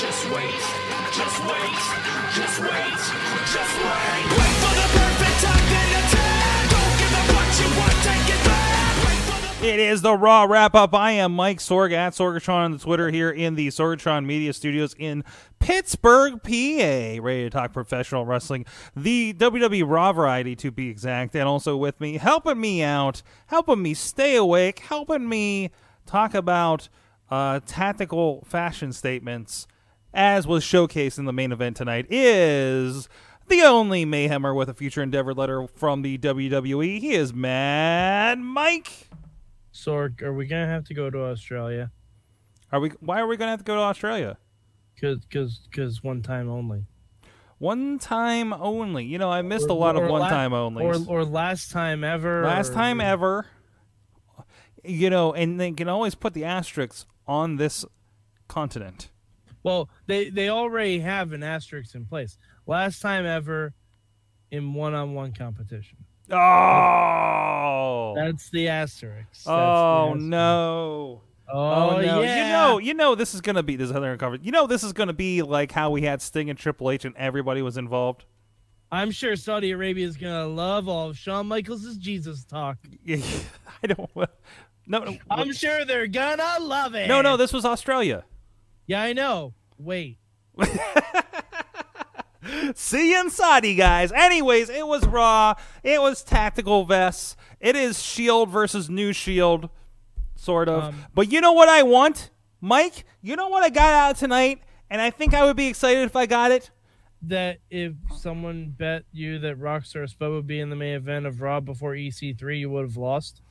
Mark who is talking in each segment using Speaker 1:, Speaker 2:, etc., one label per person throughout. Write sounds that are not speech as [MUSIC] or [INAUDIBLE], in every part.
Speaker 1: just wait, just wait, just wait, just wait. Wait for the perfect time then attack. Don't give up what you want, take it back. Wait for the
Speaker 2: It is the Raw Wrap Up. I am Mike Sorg at Sorgatron on the Twitter here in the Sorgatron Media Studios in Pittsburgh, PA. Ready to talk professional wrestling, the WWE Raw variety to be exact, and also with me, helping me out, helping me stay awake, helping me talk about uh, tactical fashion statements as was showcased in the main event tonight, is the only Mayhemmer with a future endeavor letter from the WWE. He is Mad Mike.
Speaker 3: Sork, are we gonna have to go to Australia?
Speaker 2: Are we? Why are we going to have to go to Australia?
Speaker 3: Cause, cause, cause one time only.
Speaker 2: One time only. You know, I missed a
Speaker 3: Or-
Speaker 2: lot of
Speaker 3: or
Speaker 2: one
Speaker 3: la-
Speaker 2: time only.
Speaker 3: or or last time ever.
Speaker 2: Last
Speaker 3: or-
Speaker 2: time ever. You know, and they can always put the asterisks on this continent.
Speaker 3: Well, they they already have an asterisk in place. Last time ever, in one-on-one competition.
Speaker 2: Oh.
Speaker 3: That's the asterisk. That's the
Speaker 2: oh
Speaker 3: asterisk.
Speaker 2: no.
Speaker 3: Oh,
Speaker 2: Oh, no!
Speaker 3: yeah.
Speaker 2: You know, you know this is gonna be this other cover. You know this is gonna be like how we had Sting and Triple H and everybody was involved. [LAUGHS]
Speaker 3: I'm sure Saudi Arabia is gonna love all of Shawn Michaels' Jesus talk.
Speaker 2: I don't. wa- No, no,
Speaker 3: I'm sure they're gonna love it.
Speaker 2: no, no. This was Australia.
Speaker 3: yeah, I know. Wait.
Speaker 2: See you in Saudi, guys. Anyways, it was Raw. It was tactical vests. It is Shield E versus New Shield, E sort of.
Speaker 3: Um,
Speaker 2: but you know what I want, Mike? You know what I got out of tonight, and I think I would be excited if I got it.
Speaker 3: that if someone bet you that Rockstar Spud would be in the main event of Raw before EC3, you would have lost.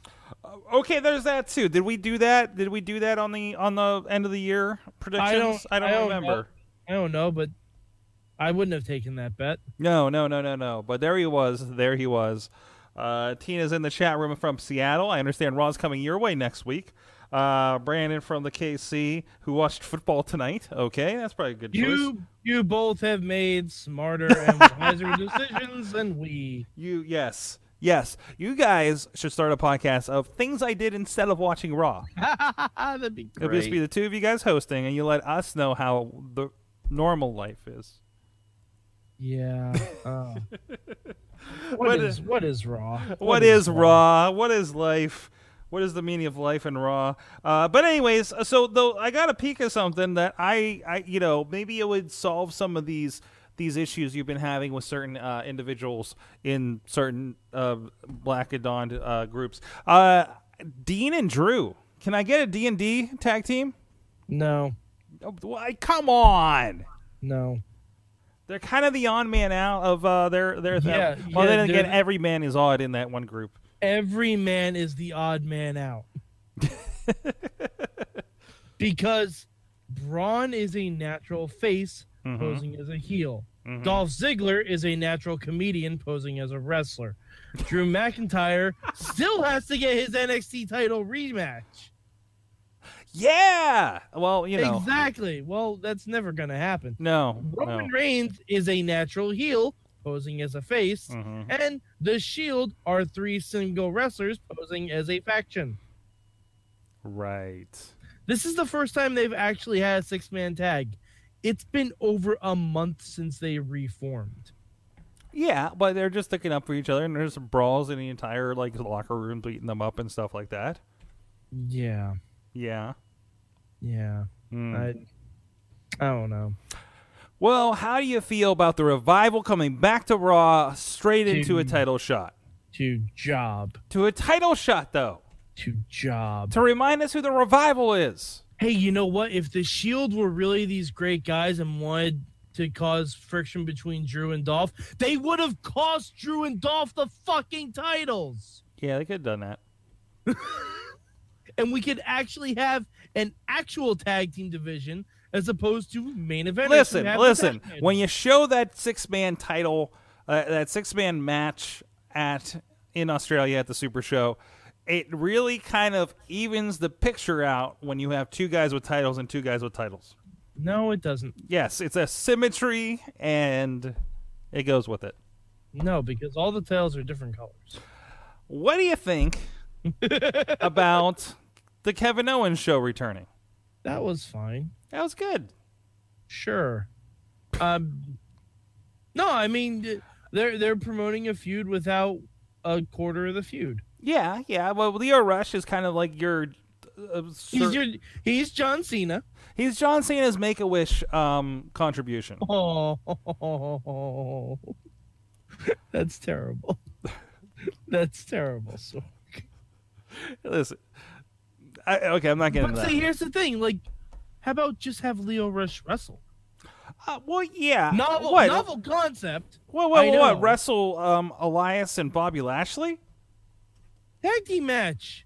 Speaker 2: Okay, there's that too. Did we do that? Did we do that on the on the end of the year predictions?
Speaker 3: I don't
Speaker 2: remember.
Speaker 3: I don't know, but I wouldn't have taken that bet.
Speaker 2: No, no, no, no, no. But there he was. There he was. Uh, Tina's in the chat room from Seattle. I understand Raw's coming your way next week. Uh, Brandon from the KC who watched football tonight. Okay, that's probably a good choice.
Speaker 3: You you both have made smarter
Speaker 2: [LAUGHS]
Speaker 3: and wiser decisions than we.
Speaker 2: You yes, yes. You guys should start a podcast of things I did instead of watching Raw.
Speaker 3: [LAUGHS] That'd be
Speaker 2: It'll just be the two of you guys hosting, and you let us know how the normal life is.
Speaker 3: Yeah.
Speaker 2: [LAUGHS]
Speaker 3: uh.
Speaker 2: What
Speaker 3: what is what is Raw?
Speaker 2: what is raw? What is life? What is the meaning of life in raw? Uh, but anyways, so though I got a peek of something that I, I, you know, maybe it would solve some of these these issues you've been having with certain uh, individuals in certain uh, black adonned uh, groups. Uh, Dean and Drew, can I get a D and D tag team?
Speaker 3: No,
Speaker 2: Oh, Why? Come on.
Speaker 3: no.
Speaker 2: They're kind of the on man out of uh, their their thing.
Speaker 3: Yeah,
Speaker 2: well,
Speaker 3: yeah,
Speaker 2: then again,
Speaker 3: they're-
Speaker 2: every man is odd in that one group.
Speaker 3: every man is the odd
Speaker 2: [LAUGHS]
Speaker 3: man out. because Braun is a natural face
Speaker 2: Mm-hmm.
Speaker 3: posing as a heel. Dolph Ziggler is a natural comedian posing as a wrestler.
Speaker 2: [LAUGHS]
Speaker 3: Drew McIntyre still has to get his NXT title rematch.
Speaker 2: Yeah. Well, you know.
Speaker 3: Exactly. Well, that's never going to happen.
Speaker 2: No.
Speaker 3: Roman
Speaker 2: no.
Speaker 3: Reigns is a natural heel posing as a face,
Speaker 2: Mhm.
Speaker 3: and The Shield are three single wrestlers posing as a faction.
Speaker 2: Right.
Speaker 3: This is the first time they've actually had a six man tag. It's been over a month since they reformed.
Speaker 2: Yeah, but they're just looking up for each other, and there's brawls in the entire like locker room, beating them up and stuff like that.
Speaker 3: Yeah.
Speaker 2: Yeah.
Speaker 3: Yeah.
Speaker 2: Mm.
Speaker 3: I, I don't know.
Speaker 2: Well, how do you feel about the revival coming back to Raw straight into a
Speaker 3: Dude.
Speaker 2: title shot?
Speaker 3: To job.
Speaker 2: To a title shot, though,
Speaker 3: To job.
Speaker 2: to remind us who the revival is.
Speaker 3: hey, you know what? If the Shield were really these great guys and wanted to cause friction between Drew and Dolph, they would have cost Drew and Dolph the fucking titles.
Speaker 2: Yeah, they could have done that.
Speaker 3: And we could actually have an actual tag team division as opposed to main event.
Speaker 2: Listen, listen. When you show that six man title, uh, that six man match at in Australia at the Super Show, it really kind of evens the picture out when you have two guys with titles and two guys with titles.
Speaker 3: No, it doesn't.
Speaker 2: Yes, it's a symmetry and it goes with it.
Speaker 3: No, because all the tails are different colors.
Speaker 2: What do you think about the Kevin Owens show returning?
Speaker 3: That was fine.
Speaker 2: That was good.
Speaker 3: Sure. Um, no, I mean they're they're promoting a feud without a quarter of the feud.
Speaker 2: Yeah, yeah. Well, Leo Rush is kind of like your. Uh,
Speaker 3: He's
Speaker 2: sur-
Speaker 3: your, he's John Cena. [LAUGHS]
Speaker 2: he's John Cena's Make a Wish um,
Speaker 3: [LAUGHS]
Speaker 2: contribution.
Speaker 3: Oh, that's terrible. [LAUGHS] That's terrible. So,
Speaker 2: Listen, I, okay, I'm not getting
Speaker 3: but
Speaker 2: into that.
Speaker 3: see, here's the thing: like, how about just have Leo Rush wrestle?
Speaker 2: Uh, well, yeah.
Speaker 3: Novel,
Speaker 2: what?
Speaker 3: novel concept.
Speaker 2: What? What?
Speaker 3: I
Speaker 2: What?
Speaker 3: know.
Speaker 2: what? Wrestle um, Elias and Bobby Lashley.
Speaker 3: Tag team match.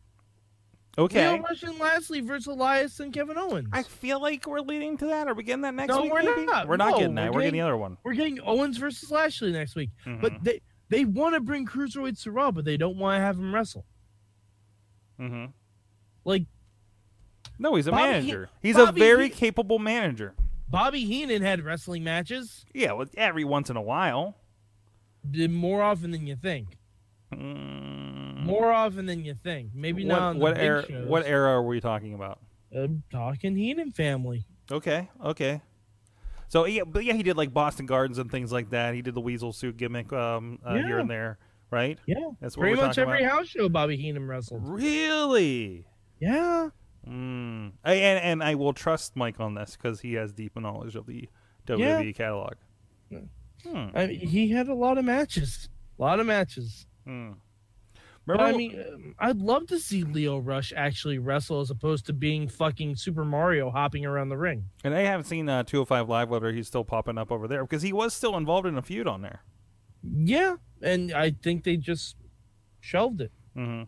Speaker 2: Okay.
Speaker 3: Leo Rush and Lashley versus Elias and Kevin Owens.
Speaker 2: I feel like we're leading to that. Are we getting that next
Speaker 3: No,
Speaker 2: week?
Speaker 3: we're
Speaker 2: maybe?
Speaker 3: not.
Speaker 2: We're not
Speaker 3: No,
Speaker 2: getting that.
Speaker 3: we're
Speaker 2: We're, getting
Speaker 3: getting-
Speaker 2: the other one.
Speaker 3: We're getting Owens versus Lashley next week,
Speaker 2: Mm-hmm.
Speaker 3: but they they want to bring Cruiserweights to Raw, but they don't want to have him wrestle.
Speaker 2: hmm
Speaker 3: Like
Speaker 2: No, he's a
Speaker 3: Bobby
Speaker 2: manager.
Speaker 3: Hee-
Speaker 2: he's
Speaker 3: Bobby
Speaker 2: a very
Speaker 3: Hee-
Speaker 2: capable manager.
Speaker 3: Bobby Heenan had wrestling matches
Speaker 2: Yeah, well, every once in a while.
Speaker 3: did more often than you think.
Speaker 2: Mm.
Speaker 3: More often than you think. Maybe
Speaker 2: what,
Speaker 3: not on the
Speaker 2: what
Speaker 3: big
Speaker 2: era?
Speaker 3: shows.
Speaker 2: What era are we talking about?
Speaker 3: I'm talking Heenan family.
Speaker 2: Okay, okay. So yeah, but yeah, he did like Boston Gardens and things like that. He did the weasel suit gimmick um, uh, here
Speaker 3: Yeah.
Speaker 2: and there, right?
Speaker 3: Yeah,
Speaker 2: That's what
Speaker 3: pretty
Speaker 2: we're
Speaker 3: much
Speaker 2: talking
Speaker 3: every
Speaker 2: about.
Speaker 3: house show Bobby Heenan wrestled.
Speaker 2: Really?
Speaker 3: Yeah,
Speaker 2: Mm. I, and and I will trust Mike on this because he has deep knowledge of the WWE catalog. Hmm.
Speaker 3: I mean, he had a lot of matches. A lot of matches.
Speaker 2: Hmm.
Speaker 3: But
Speaker 2: Remember?
Speaker 3: I mean, um, I'd love to see Leo Rush actually wrestle as opposed to being fucking Super Mario hopping around the ring.
Speaker 2: and I haven't seen uh, 205 Live whether he's still popping up over there because he was still involved in a feud on there.
Speaker 3: Yeah, and I think they just shelved it.
Speaker 2: hmm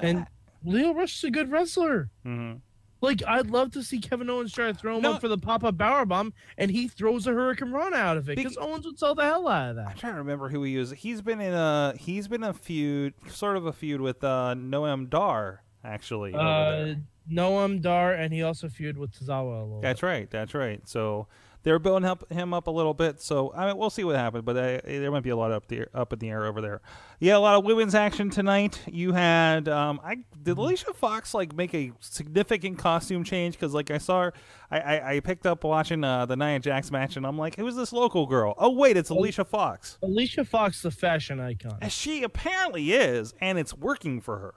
Speaker 3: And Leo Rush is a good wrestler.
Speaker 2: hmm
Speaker 3: Like, I'd love to see Kevin Owens try to throw him
Speaker 2: No.
Speaker 3: up for the Papa Bauer bomb, and he throws a Hurricane Rana out of it because
Speaker 2: Bec-
Speaker 3: Owens would sell the hell out of
Speaker 2: I'm
Speaker 3: that.
Speaker 2: trying to remember who he was. He's been in a he's been a feud, sort of a feud with uh, Noam Dar actually. over
Speaker 3: Uh,
Speaker 2: there.
Speaker 3: Noam Dar, and he also feud with Tazawa a little.
Speaker 2: that's right, that's right. So they're building up, him up a little bit. So I mean, we'll see what happens, but uh, there might be a lot up the up in the air over there. Yeah, a lot of women's action tonight. You had um, I did Alicia Fox like make a significant costume change because like I saw her, I, I I picked up watching uh, the Nia Jax match and I'm like, who's this local girl? Oh wait, it's Alicia Fox.
Speaker 3: bit. Alicia Fox, the fashion icon.
Speaker 2: As she apparently is, and it's working for her.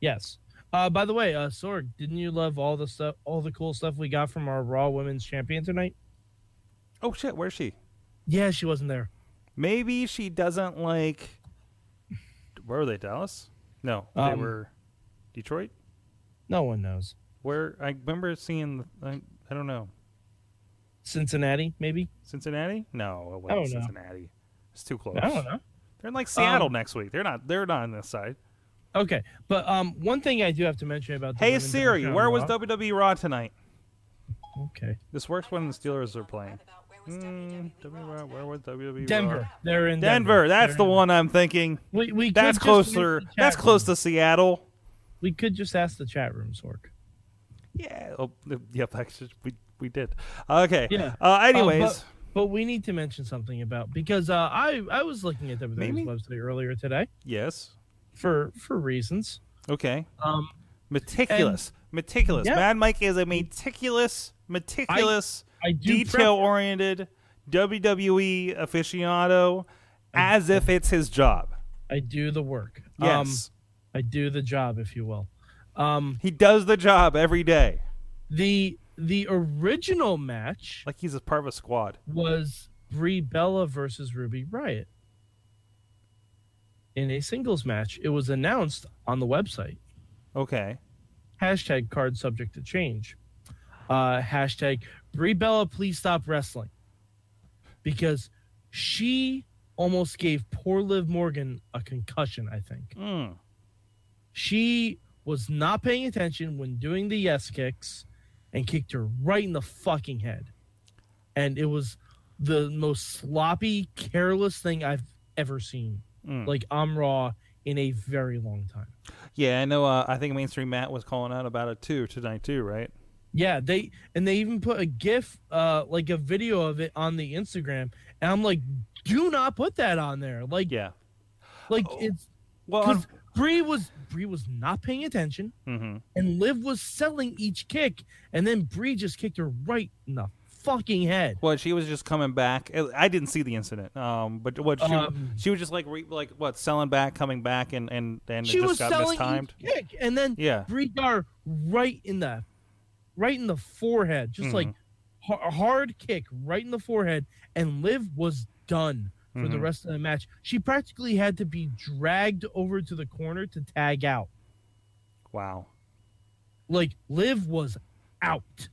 Speaker 3: Yes. Uh, by the way, uh, Sorg, didn't you love all the stuff, all the cool stuff we got from our Raw Women's Champion tonight?
Speaker 2: Oh shit, where's she?
Speaker 3: Yeah, she wasn't there.
Speaker 2: Maybe she doesn't like. Where were they? Dallas? No, they
Speaker 3: Um,
Speaker 2: were Detroit.
Speaker 3: No one knows.
Speaker 2: Where I remember seeing. I, I don't know.
Speaker 3: Cincinnati, maybe.
Speaker 2: Cincinnati? No, it
Speaker 3: I don't
Speaker 2: wasn't
Speaker 3: know.
Speaker 2: Cincinnati. It's too close.
Speaker 3: I don't know. Um,
Speaker 2: They're in like Seattle next week. They're not. They're not on this side.
Speaker 3: Okay, but um, one thing I do have to mention about the
Speaker 2: Hey
Speaker 3: women's
Speaker 2: Siri,
Speaker 3: division on
Speaker 2: where was
Speaker 3: Raw-
Speaker 2: WWE Raw tonight?
Speaker 3: Okay,
Speaker 2: This works when the Steelers are playing. Mm,
Speaker 4: Mm,
Speaker 2: WWE E Raw, where was WWE? Raw?
Speaker 3: Denver. They're in
Speaker 2: Denver. That's
Speaker 3: They're
Speaker 2: the
Speaker 3: in-
Speaker 2: one I'm thinking.
Speaker 3: We, we could
Speaker 2: That's
Speaker 3: just
Speaker 2: closer.
Speaker 3: ask the chat
Speaker 2: That's close
Speaker 3: room.
Speaker 2: to Seattle.
Speaker 3: We could just ask the chat room, Sorg.
Speaker 2: Yeah. [LAUGHS] Oh, yep. Actually, we we did. Okay.
Speaker 3: Yeah.
Speaker 2: Uh,
Speaker 3: Uh,
Speaker 2: anyways,
Speaker 3: but, but we need to mention something about because uh, I I was looking at WWE's
Speaker 2: Maybe-
Speaker 3: website earlier today
Speaker 2: yes.
Speaker 3: for for reasons.
Speaker 2: Okay.
Speaker 3: Um,
Speaker 2: Meticulous. meticulous.
Speaker 3: Yeah.
Speaker 2: Mad Mike is a meticulous, meticulous,
Speaker 3: I do prep-
Speaker 2: detail-oriented WWE aficionado, as if it's his job.
Speaker 3: I do the work.
Speaker 2: Yes.
Speaker 3: Um, I do the job, if you will. Um,
Speaker 2: he does the job every day,
Speaker 3: the the original match
Speaker 2: like he's a part of a squad.
Speaker 3: was Brie Bella versus Ruby Riot in a singles match. It was announced on the website.
Speaker 2: Okay.
Speaker 3: Hashtag card subject to change. Uh, hashtag Brie Bella, please stop wrestling because she almost gave poor Liv Morgan a concussion. I think.
Speaker 2: Mm.
Speaker 3: She was not paying attention when doing the yes kicks and kicked her right in the fucking head. And it was the most sloppy, careless thing I've ever seen.
Speaker 2: Mm.
Speaker 3: Like I'm raw in a very long time.
Speaker 2: Yeah, I know. Uh, I think mainstream Matt was calling out about it too tonight too, right?
Speaker 3: Yeah, they and they even put a GIF, uh, like a video of it on the Instagram, and I'm like, do not put that on there. Like,
Speaker 2: Yeah. Oh,
Speaker 3: like it's
Speaker 2: Well,
Speaker 3: because Bree was Bree was not paying attention,
Speaker 2: hmm
Speaker 3: and Liv was selling each kick, and then Bree just kicked her right in the fucking head.
Speaker 2: Well, she was just coming back. I- I didn't see the incident, um, but what she
Speaker 3: Um,
Speaker 2: she was just like re, like what selling back, coming back, and and and it
Speaker 3: She
Speaker 2: just
Speaker 3: was
Speaker 2: got
Speaker 3: selling
Speaker 2: mistimed.
Speaker 3: each kick, and then
Speaker 2: Yeah,
Speaker 3: Bree got her right in the right in the forehead, just like
Speaker 2: Mm-hmm.
Speaker 3: har- a hard kick right in the forehead, and Liv was done for the
Speaker 2: Mhm.
Speaker 3: rest of the match. She practically had to be dragged over to the corner to tag out.
Speaker 2: wow.
Speaker 3: Like Liv was out.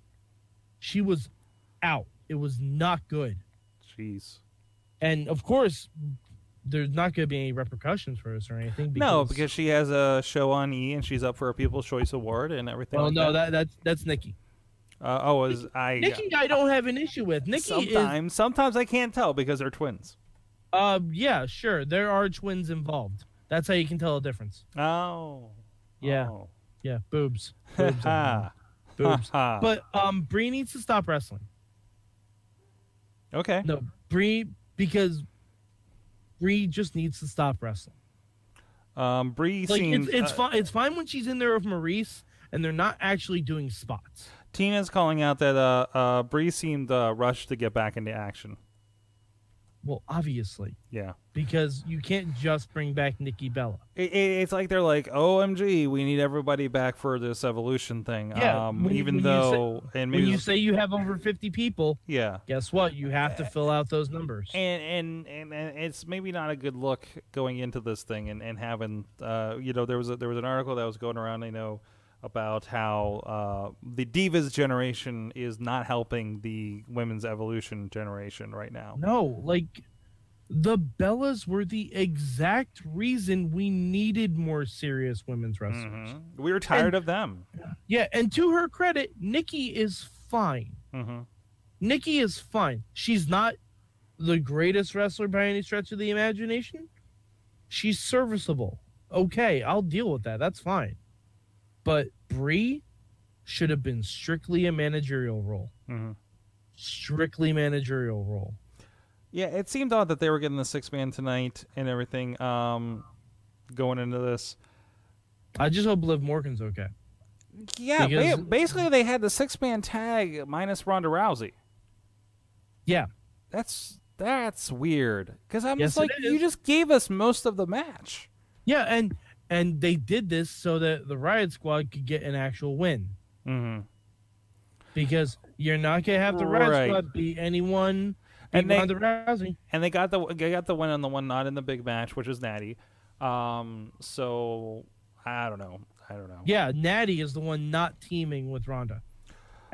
Speaker 3: She was out. It was not good.
Speaker 2: Jeez.
Speaker 3: And of course, there's not going to be any repercussions for this or anything.
Speaker 2: no, because she has a show on E, and she's up for a People's Choice Award and everything.
Speaker 3: well,
Speaker 2: like
Speaker 3: no,
Speaker 2: that.
Speaker 3: that that's that's Nikki.
Speaker 2: Uh, oh, is I
Speaker 3: Nikki, I don't have an issue with. Nikki is
Speaker 2: sometimes sometimes I can't tell because they're twins.
Speaker 3: Um, yeah, sure. There are twins involved. That's how you can tell the difference.
Speaker 2: Oh,
Speaker 3: Yeah.
Speaker 2: Oh. [LAUGHS]
Speaker 3: Yeah, boobs, boobs,
Speaker 2: Ha [LAUGHS]
Speaker 3: boobs.
Speaker 2: ha.
Speaker 3: But um, Bree needs to stop wrestling.
Speaker 2: okay.
Speaker 3: No, Bree because Bree just needs to stop wrestling.
Speaker 2: Um, Bree
Speaker 3: Like
Speaker 2: seems
Speaker 3: it's it's
Speaker 2: uh,
Speaker 3: fine. It's fine when she's in there with Maurice and they're not actually doing spots.
Speaker 2: Tina's calling out that uh, uh, Bree seemed uh, rushed to get back into action.
Speaker 3: Well, obviously,
Speaker 2: Yeah.
Speaker 3: because you can't just bring back Nikki Bella.
Speaker 2: It, it, it's like they're like, OMG, we need everybody back for this evolution thing.
Speaker 3: Yeah,
Speaker 2: um,
Speaker 3: when-
Speaker 2: even
Speaker 3: when you say-
Speaker 2: though, and
Speaker 3: When
Speaker 2: maybe,
Speaker 3: you
Speaker 2: this-
Speaker 3: say you have over fifty people,
Speaker 2: yeah,
Speaker 3: guess what? You have to fill out those numbers.
Speaker 2: and, and and and it's maybe not a good look going into this thing and and having, uh, you know, there was a, there was an article that was going around, I know, about how uh, the divas generation is not helping the women's evolution generation right now.
Speaker 3: No, like the Bellas were the exact reason we needed more serious women's wrestlers.
Speaker 2: Mhm. We were tired of them.
Speaker 3: Yeah, and to her credit, Nikki is fine.
Speaker 2: hmm
Speaker 3: Nikki is fine. She's not the greatest wrestler by any stretch of the imagination. She's serviceable. Okay, I'll deal with that. That's fine. But Brie should have been strictly a managerial role.
Speaker 2: hmm
Speaker 3: Strictly managerial role.
Speaker 2: Yeah, it seemed odd that they were getting the six man tonight and everything. Um, going into this,
Speaker 3: I just hope Liv Morgan's okay.
Speaker 2: yeah, ba-
Speaker 3: Because-
Speaker 2: basically they had the six man tag minus Ronda Rousey.
Speaker 3: Yeah.
Speaker 2: That's that's weird because I'm
Speaker 3: Yes,
Speaker 2: just like
Speaker 3: it
Speaker 2: you
Speaker 3: is.
Speaker 2: just gave us most of the match.
Speaker 3: Yeah, and and they did this so that the Riot Squad could get an actual win
Speaker 2: Mm-hmm.
Speaker 3: because you're not gonna have the Riot
Speaker 2: Right.
Speaker 3: Squad beat anyone.
Speaker 2: And
Speaker 3: And
Speaker 2: they-
Speaker 3: Ronda Rousey.
Speaker 2: And they got the they got the win on the one not in the big match, which is Natty. Um, so I don't know. I don't know.
Speaker 3: Yeah, Natty is the one not teaming with Ronda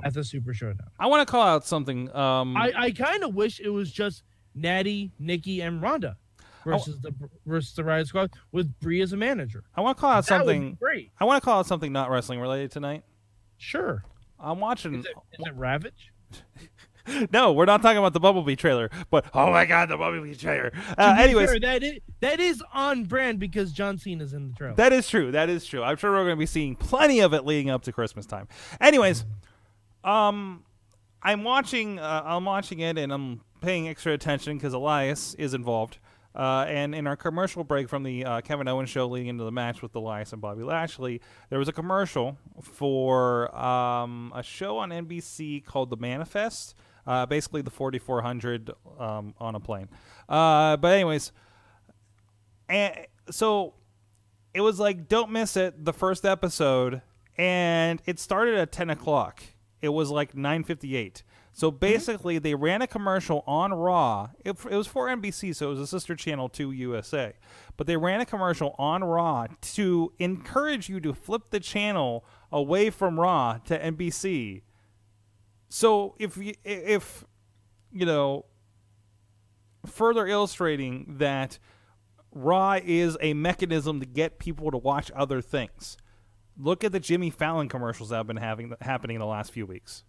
Speaker 3: at the Super Showdown.
Speaker 2: I want to call out something. Um,
Speaker 3: I, I kind of wish it was just Natty, Nikki, and Ronda versus the versus the Riot Squad with Bree as a manager.
Speaker 2: I want to call out
Speaker 3: That would be
Speaker 2: something.
Speaker 3: great.
Speaker 2: I want to call out something not wrestling related tonight.
Speaker 3: Sure.
Speaker 2: I'm watching.
Speaker 3: Is it, is it Ravage?
Speaker 2: No, we're not talking about the Bumblebee trailer, but oh my god, the Bumblebee trailer. Uh,
Speaker 3: To be
Speaker 2: anyways,
Speaker 3: fair, that is that is on brand because John Cena's in the trailer.
Speaker 2: that is true. That is true. I'm sure we're going to be seeing plenty of it leading up to Christmas time. Anyways, um, I'm watching. Uh, I'm watching it, and I'm paying extra attention because Elias is involved. Uh, and in our commercial break from the uh, Kevin Owens show leading into the match with Elias and Bobby Lashley, there was a commercial for um, a show on NBC called The Manifest. Uh, basically, the 4400 um, on a plane. Uh, but anyways, and so it was like don't miss it the first episode and it started at 10 o'clock it was like 9.58 so basically they ran a commercial on raw it, it was for nbc so it was a sister channel to usa but they ran a commercial on raw to encourage you to flip the channel away from raw to nbc so if you if you know further illustrating that Raw is a mechanism to get people to watch other things. Look at the Jimmy Fallon commercials that have been having happening the last few weeks.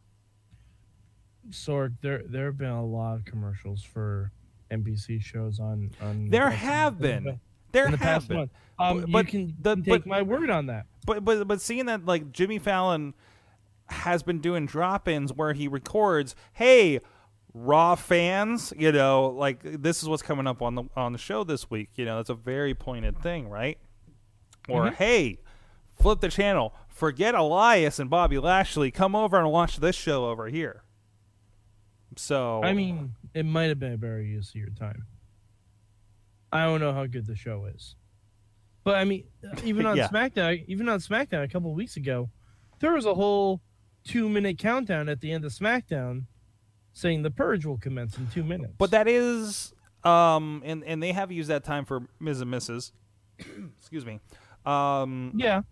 Speaker 3: Sorg, there there have been a lot of commercials for NBC shows on on.
Speaker 2: There
Speaker 3: on-
Speaker 2: have
Speaker 3: in
Speaker 2: been.
Speaker 3: the-
Speaker 2: There
Speaker 3: in the
Speaker 2: have
Speaker 3: past
Speaker 2: been.
Speaker 3: month. Um,
Speaker 2: But-
Speaker 3: you can
Speaker 2: the-
Speaker 3: take
Speaker 2: but-
Speaker 3: my word on that.
Speaker 2: But but but seeing that like Jimmy Fallon has been doing drop-ins where he records, "Hey, Raw fans, you know, like this is what's coming up on the on the show this week. You know, that's a very pointed thing, right? Or
Speaker 3: Mm-hmm.
Speaker 2: hey, flip the channel, forget Elias and Bobby Lashley, come over and watch this show over here." So
Speaker 3: I mean, it might have been a better use of your time. I don't know how good the show is, but I mean, uh,
Speaker 2: [LAUGHS]
Speaker 3: even on
Speaker 2: Yeah.
Speaker 3: SmackDown, even on SmackDown a couple of weeks ago, there was a whole two-minute countdown at the end of SmackDown, saying the purge will commence in two minutes.
Speaker 2: But that is um and and they have used that time for Ms. and Mrs. [COUGHS] Excuse me. Um
Speaker 3: yeah,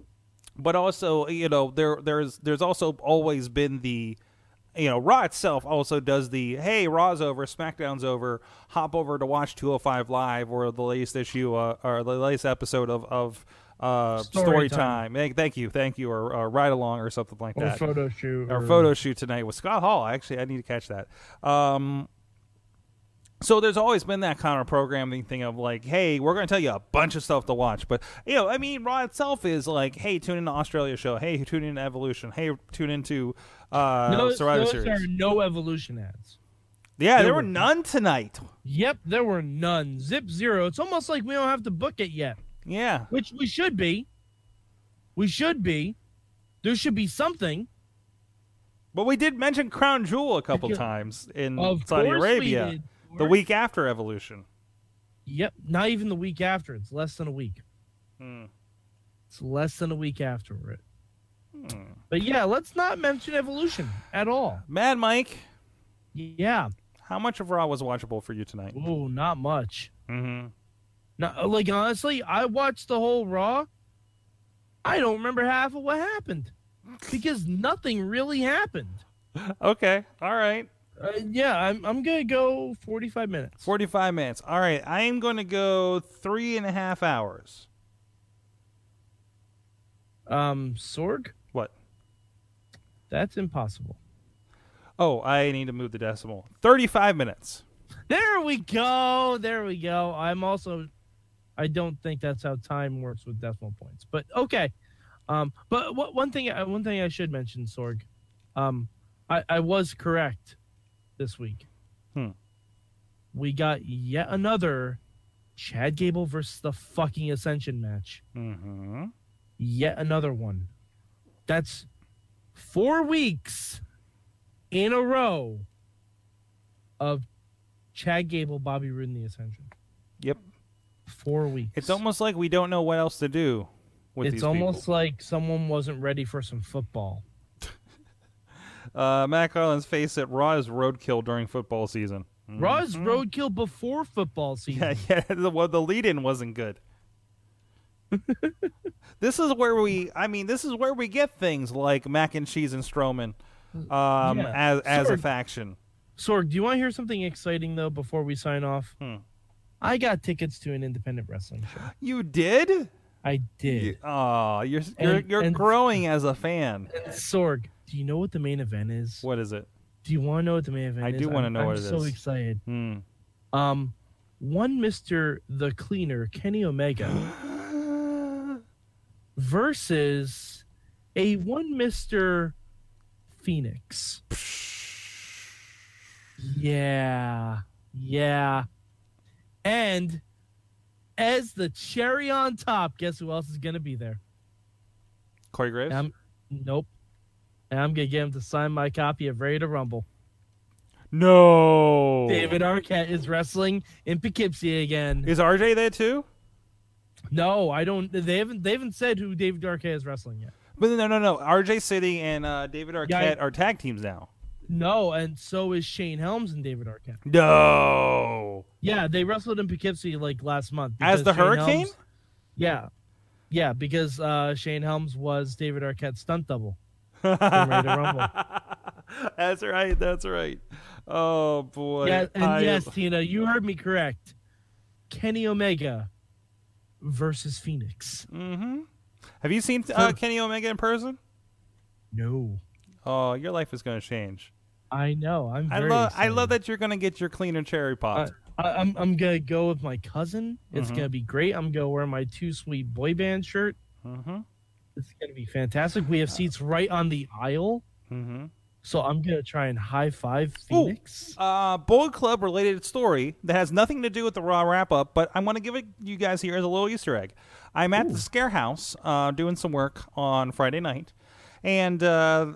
Speaker 2: but also, you know, there there's there's also always been the you know, Raw itself also does the hey, Raw's over, SmackDown's over, hop over to watch 205 Live or the latest issue uh, or the latest episode of of uh, story,
Speaker 3: Story
Speaker 2: time.
Speaker 3: Time.
Speaker 2: Thank, thank you, thank you, or, or ride along or something like
Speaker 3: or
Speaker 2: that
Speaker 3: photo shoot,
Speaker 2: our
Speaker 3: or-
Speaker 2: photo shoot tonight with Scott Hall. Actually, I need to catch that. Um, so there's always been that kind of programming thing of like, hey, we're going to tell you a bunch of stuff to watch, but you know, I mean, Raw itself is like, hey, tune in to Australia show, hey, tune in to Evolution, hey, tune into uh,
Speaker 3: No,
Speaker 2: Survivor
Speaker 3: no,
Speaker 2: Series.
Speaker 3: there are no evolution ads.
Speaker 2: yeah, there,
Speaker 3: there
Speaker 2: were,
Speaker 3: were-
Speaker 2: none tonight.
Speaker 3: Yep, there were none. Zip zero. It's almost like we don't have to book it yet,
Speaker 2: Yeah,
Speaker 3: which we should be. We should be. There should be something.
Speaker 2: but we did mention Crown Jewel a couple
Speaker 3: Because-
Speaker 2: times in
Speaker 3: Of
Speaker 2: Mm, Saudi
Speaker 3: course we
Speaker 2: Arabia
Speaker 3: did.
Speaker 2: the week after Evolution.
Speaker 3: Yep, not even the week after. It's less than a week.
Speaker 2: Hmm.
Speaker 3: It's less than a week after it.
Speaker 2: Hmm.
Speaker 3: But yeah, let's not mention evolution at all.
Speaker 2: Mad Mike,
Speaker 3: Yeah.
Speaker 2: how much of Raw was watchable for you tonight?
Speaker 3: Oh, not much.
Speaker 2: Mm-hmm.
Speaker 3: Not uh, like honestly, I watched the whole Raw. I don't remember half of what happened because nothing really happened.
Speaker 2: Okay, all right.
Speaker 3: Uh, yeah, I'm I'm gonna go 45 minutes.
Speaker 2: 45 minutes. All right. I am going to go three and a half hours.
Speaker 3: Um, Sorg,
Speaker 2: What?
Speaker 3: that's impossible.
Speaker 2: Oh, I need to move the decimal. 35 minutes.
Speaker 3: There we go. There we go. I'm also, I don't think that's how time works with decimal points, but okay. Um, but what, one thing, uh, one thing I should mention, Sorg, um, I, I was correct this week.
Speaker 2: Hmm.
Speaker 3: We got yet another Chad Gable versus the fucking Ascension match.
Speaker 2: Mm-hmm.
Speaker 3: yet another one. That's four weeks in a row of Chad Gable, Bobby Roode, and the Ascension.
Speaker 2: Yep.
Speaker 3: Four weeks.
Speaker 2: It's almost like we don't know what else to do with
Speaker 3: It's
Speaker 2: these
Speaker 3: almost like someone wasn't ready for some football.
Speaker 2: people. Uh, Matt Carlin's face at Raw is roadkill during football season. [LAUGHS]
Speaker 3: Raw's roadkill before football season.
Speaker 2: Mm-hmm. Yeah, yeah. The, well, the lead in wasn't
Speaker 3: [LAUGHS]
Speaker 2: good. this is where we, I mean, this is where we get things like mac and cheese and Strowman um,
Speaker 3: Yeah.
Speaker 2: as, as a
Speaker 3: Sure.
Speaker 2: faction.
Speaker 3: Sorg, do you want to hear something exciting though before we sign off?
Speaker 2: Hmm.
Speaker 3: I got tickets to an independent wrestling show.
Speaker 2: You did?
Speaker 3: I did.
Speaker 2: Oh, you're you're,
Speaker 3: And-
Speaker 2: you're
Speaker 3: and-
Speaker 2: growing as a fan.
Speaker 3: Sorg, do you know what the main event is?
Speaker 2: What is it?
Speaker 3: Do you want to know what the main event
Speaker 2: I
Speaker 3: is?
Speaker 2: do wanna
Speaker 3: I'm-
Speaker 2: know
Speaker 3: I'm
Speaker 2: what it
Speaker 3: so
Speaker 2: is.
Speaker 3: excited.
Speaker 2: Hmm.
Speaker 3: Um, one Mister the Cleaner
Speaker 2: [GASPS]
Speaker 3: Kenny Omega versus a one Mister Phoenix. Yeah, yeah, and as the cherry on top, guess who else is gonna be there?
Speaker 2: Corey Graves.
Speaker 3: Um, nope. And I'm gonna get him to sign my copy of Ready to Rumble.
Speaker 2: no.
Speaker 3: David Arquette is wrestling in Poughkeepsie again.
Speaker 2: Is RJ there too?
Speaker 3: No, I don't. They haven't. They haven't said who David Arquette is wrestling yet.
Speaker 2: But no, no, no. RJ City and uh, David Arquette
Speaker 3: Yeah, I-
Speaker 2: are tag teams now.
Speaker 3: No, and so is Shane Helms and David Arquette.
Speaker 2: No.
Speaker 3: Yeah, they wrestled in Poughkeepsie like last month.
Speaker 2: As
Speaker 3: because
Speaker 2: the
Speaker 3: Shane
Speaker 2: Hurricane?
Speaker 3: Helms- yeah, yeah, because uh, Shane Helms was David Arquette's stunt double. in Ready to Rumble.
Speaker 2: [LAUGHS] that's right. That's right. Oh boy.
Speaker 3: yeah, and
Speaker 2: I-
Speaker 3: yes, Tina, you heard me correct. Kenny Omega versus Phoenix.
Speaker 2: Mhm. Have you seen uh,
Speaker 3: So-
Speaker 2: Kenny Omega in person?
Speaker 3: No,
Speaker 2: Oh, your life is going to change.
Speaker 3: I know. I'm.
Speaker 2: I
Speaker 3: very Uh,
Speaker 2: love. I love
Speaker 3: excited.
Speaker 2: that you're going to get your cleaner cherry pop.
Speaker 3: I, I'm I'm gonna go with my cousin. It's
Speaker 2: Mhm.
Speaker 3: gonna be great. I'm gonna wear my two sweet boy band shirt.
Speaker 2: mm-hmm.
Speaker 3: It's gonna be fantastic. We have seats right on the aisle.
Speaker 2: Mm-hmm.
Speaker 3: So I'm gonna try and high five Phoenix.
Speaker 2: uh, Bold Club related story that has nothing to do with the Raw wrap up, but I'm going to give it you guys here as a little Easter egg. I'm at the Scare House uh, doing some work on Friday night, and uh,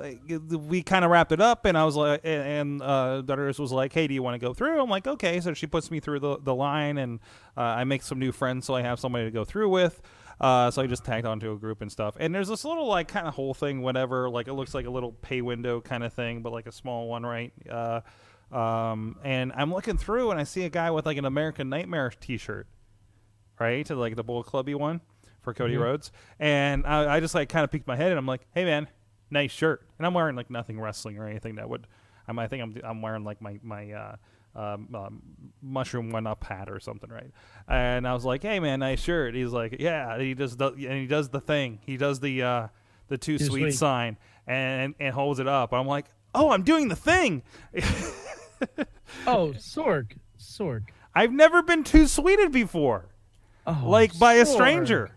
Speaker 2: we kind of wrapped it up. And I was like, and uh, Daughters was like, "Hey, do you want to go through?" I'm like, "Okay." So she puts me through the the line, and uh, I make some new friends, so I have somebody to go through with. Uh, so I just tagged onto a group and stuff. And there's this little like kind of whole thing, whatever. Like it looks like a little pay window kind of thing, but like a small one, right? Uh, um, and I'm looking through and I see a guy with like an American Nightmare T-shirt, right? Like the Bull Clubby one for Cody Rhodes. And I, I just like kind of peeked my head and I'm like, hey man, nice shirt. And I'm wearing like nothing wrestling or anything that would. I'm, I think I'm I'm wearing like my my. Uh, um, um, mushroom one up hat or something, right? And I was like, "Hey, man, nice shirt." He's like, "Yeah." And he just does, and he does the thing. He does the uh, the two sweet,
Speaker 3: sweet.
Speaker 2: sign and and holds it up. I'm like, "Oh, I'm doing the thing." [LAUGHS]
Speaker 3: Oh, Sorg, Sorg.
Speaker 2: I've never been too sweeted before,
Speaker 3: Oh,
Speaker 2: like by a
Speaker 3: Sorg.
Speaker 2: stranger.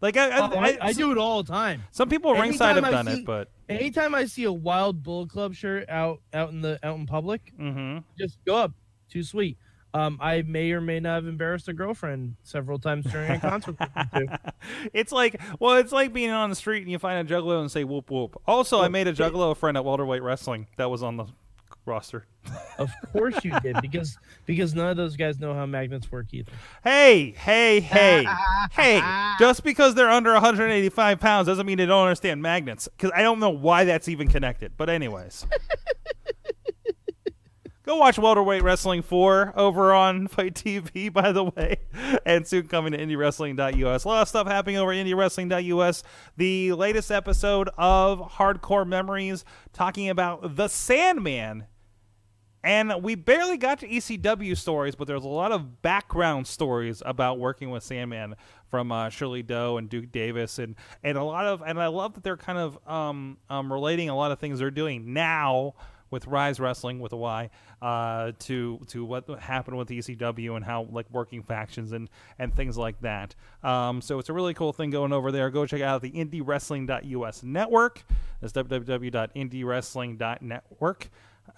Speaker 2: Like I,
Speaker 3: Oh,
Speaker 2: I,
Speaker 3: I,
Speaker 2: I-
Speaker 3: I do it all the time.
Speaker 2: Some people at ringside have
Speaker 3: Anytime I
Speaker 2: done
Speaker 3: see-
Speaker 2: it, but
Speaker 3: Anytime I see a Wild Bull Club shirt out out in the out in public,
Speaker 2: hmm
Speaker 3: just go up. Too sweet. Um, I may or may not have embarrassed a girlfriend several times during a concert. with [LAUGHS] me, too.
Speaker 2: [LAUGHS] it's like well, it's like being on the street and you find a juggalo and say whoop whoop. Also, I made a juggalo friend at Welterweight Wrestling that was on the roster.
Speaker 3: Of course you did, because because none of those guys know how magnets work either.
Speaker 2: Hey, hey, hey, hey! Just because they're under 185 pounds doesn't mean they don't understand magnets. Because I don't know why that's even connected. But anyways, go watch welterweight wrestling four over on [LAUGHS] Fight TV, by the way, and soon coming to indiewrestling.us. A lot of stuff happening over at indiewrestling.us. The latest episode of Hardcore Memories talking about the Sandman and we barely got to ECW stories, but there's a lot of background stories about working with Sandman from uh, Shirley Doe and Duke Davis, and and a lot of and I love that they're kind of um, um, relating a lot of things they're doing now with Rise Wrestling with a Y uh, to to what happened with ECW and how like working factions and and things like that. Um, so it's a really cool thing going over there. Go check out the IndieWrestling.us network. That's www.indiewrestling.network.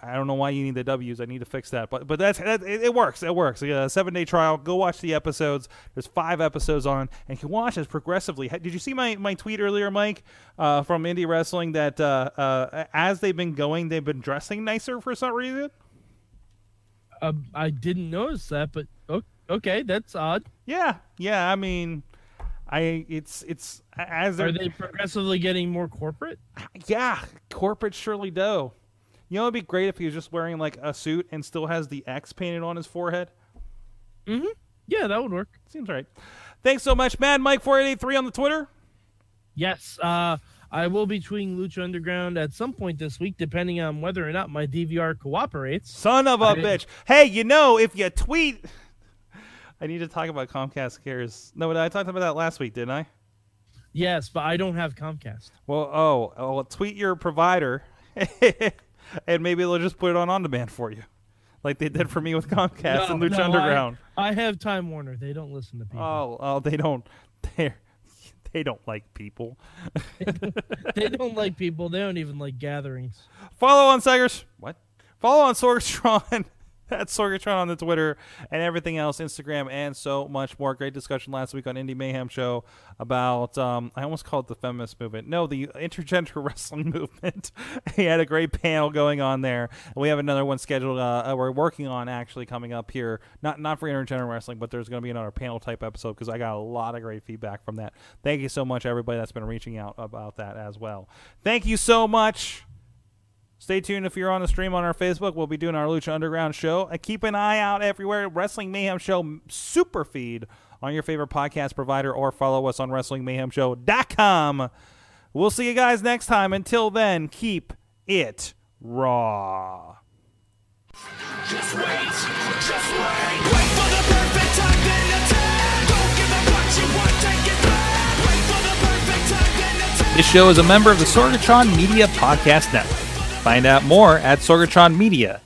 Speaker 2: I don't know why you need the W's. I need to fix that, but but that's that, it, it works. It works. Yeah, seven day trial. Go watch the episodes. There's five episodes on, and you can watch as progressively. Ha- Did you see my, my tweet earlier, Mike, uh, from indie wrestling that uh, uh, as they've been going, they've been dressing nicer for some reason.
Speaker 3: Um, I didn't notice that, but o- okay, that's odd.
Speaker 2: Yeah, yeah. I mean, I it's it's as they're
Speaker 3: Are they progressively getting more corporate?
Speaker 2: yeah corporate Shirley Doe. You know, it'd be great if he was just wearing like a suit and still has the X painted on his forehead.
Speaker 3: Yeah, that would work.
Speaker 2: Seems right. Thanks so much, Mad Mike four eight eight three on the Twitter.
Speaker 3: Yes, uh, I will be tweeting Lucha Underground at some point this week, depending on whether or not my DVR cooperates.
Speaker 2: Son of a
Speaker 3: didn't-
Speaker 2: bitch. Hey, you know if you tweet, [LAUGHS] I need to talk about Comcast cares. No, but I talked about that last week, didn't I?
Speaker 3: Yes, but I don't have Comcast.
Speaker 2: Well, oh, oh, tweet your provider, [LAUGHS] and maybe they'll just put it on on demand for you, like they did for me with Comcast and
Speaker 3: No,
Speaker 2: Lucha
Speaker 3: no, I-
Speaker 2: Underground.
Speaker 3: I, have Time Warner. They don't listen to people.
Speaker 2: Oh, oh, they don't. [LAUGHS] They they don't like people.
Speaker 3: They don't like people. They don't even like gatherings.
Speaker 2: Follow on Sagers. What? Follow on Sorgatron. [LAUGHS] That's Sorgatron on the Twitter and everything else, Instagram, and so much more. Great discussion last week on Indie Mayhem Show about, um, I almost called it the feminist movement. No, the intergender [LAUGHS] wrestling movement. [LAUGHS] he had a great panel going on there. And we have another one scheduled, uh, uh, we're working on actually coming up here. Not not for intergender wrestling, but there's going to be another panel type episode because I got a lot of great feedback from that. Thank you so much, everybody that's been reaching out about that as well. Thank you so much. Stay tuned if you're on the stream on our Facebook. We'll be doing our Lucha Underground show. And keep an eye out everywhere. Wrestling Mayhem Show super feed on your favorite podcast provider or follow us on WrestlingMayhemShow.com. We'll see you guys next time. Until then, keep it raw.
Speaker 1: Just wait, just wait. Wait for the perfect time, then attack. Don't give up what you want, take it back. Wait for the perfect time, then attack.
Speaker 2: This show is a member of the Sorgatron Media Podcast Network. Find out more at sorgatronmedia.com.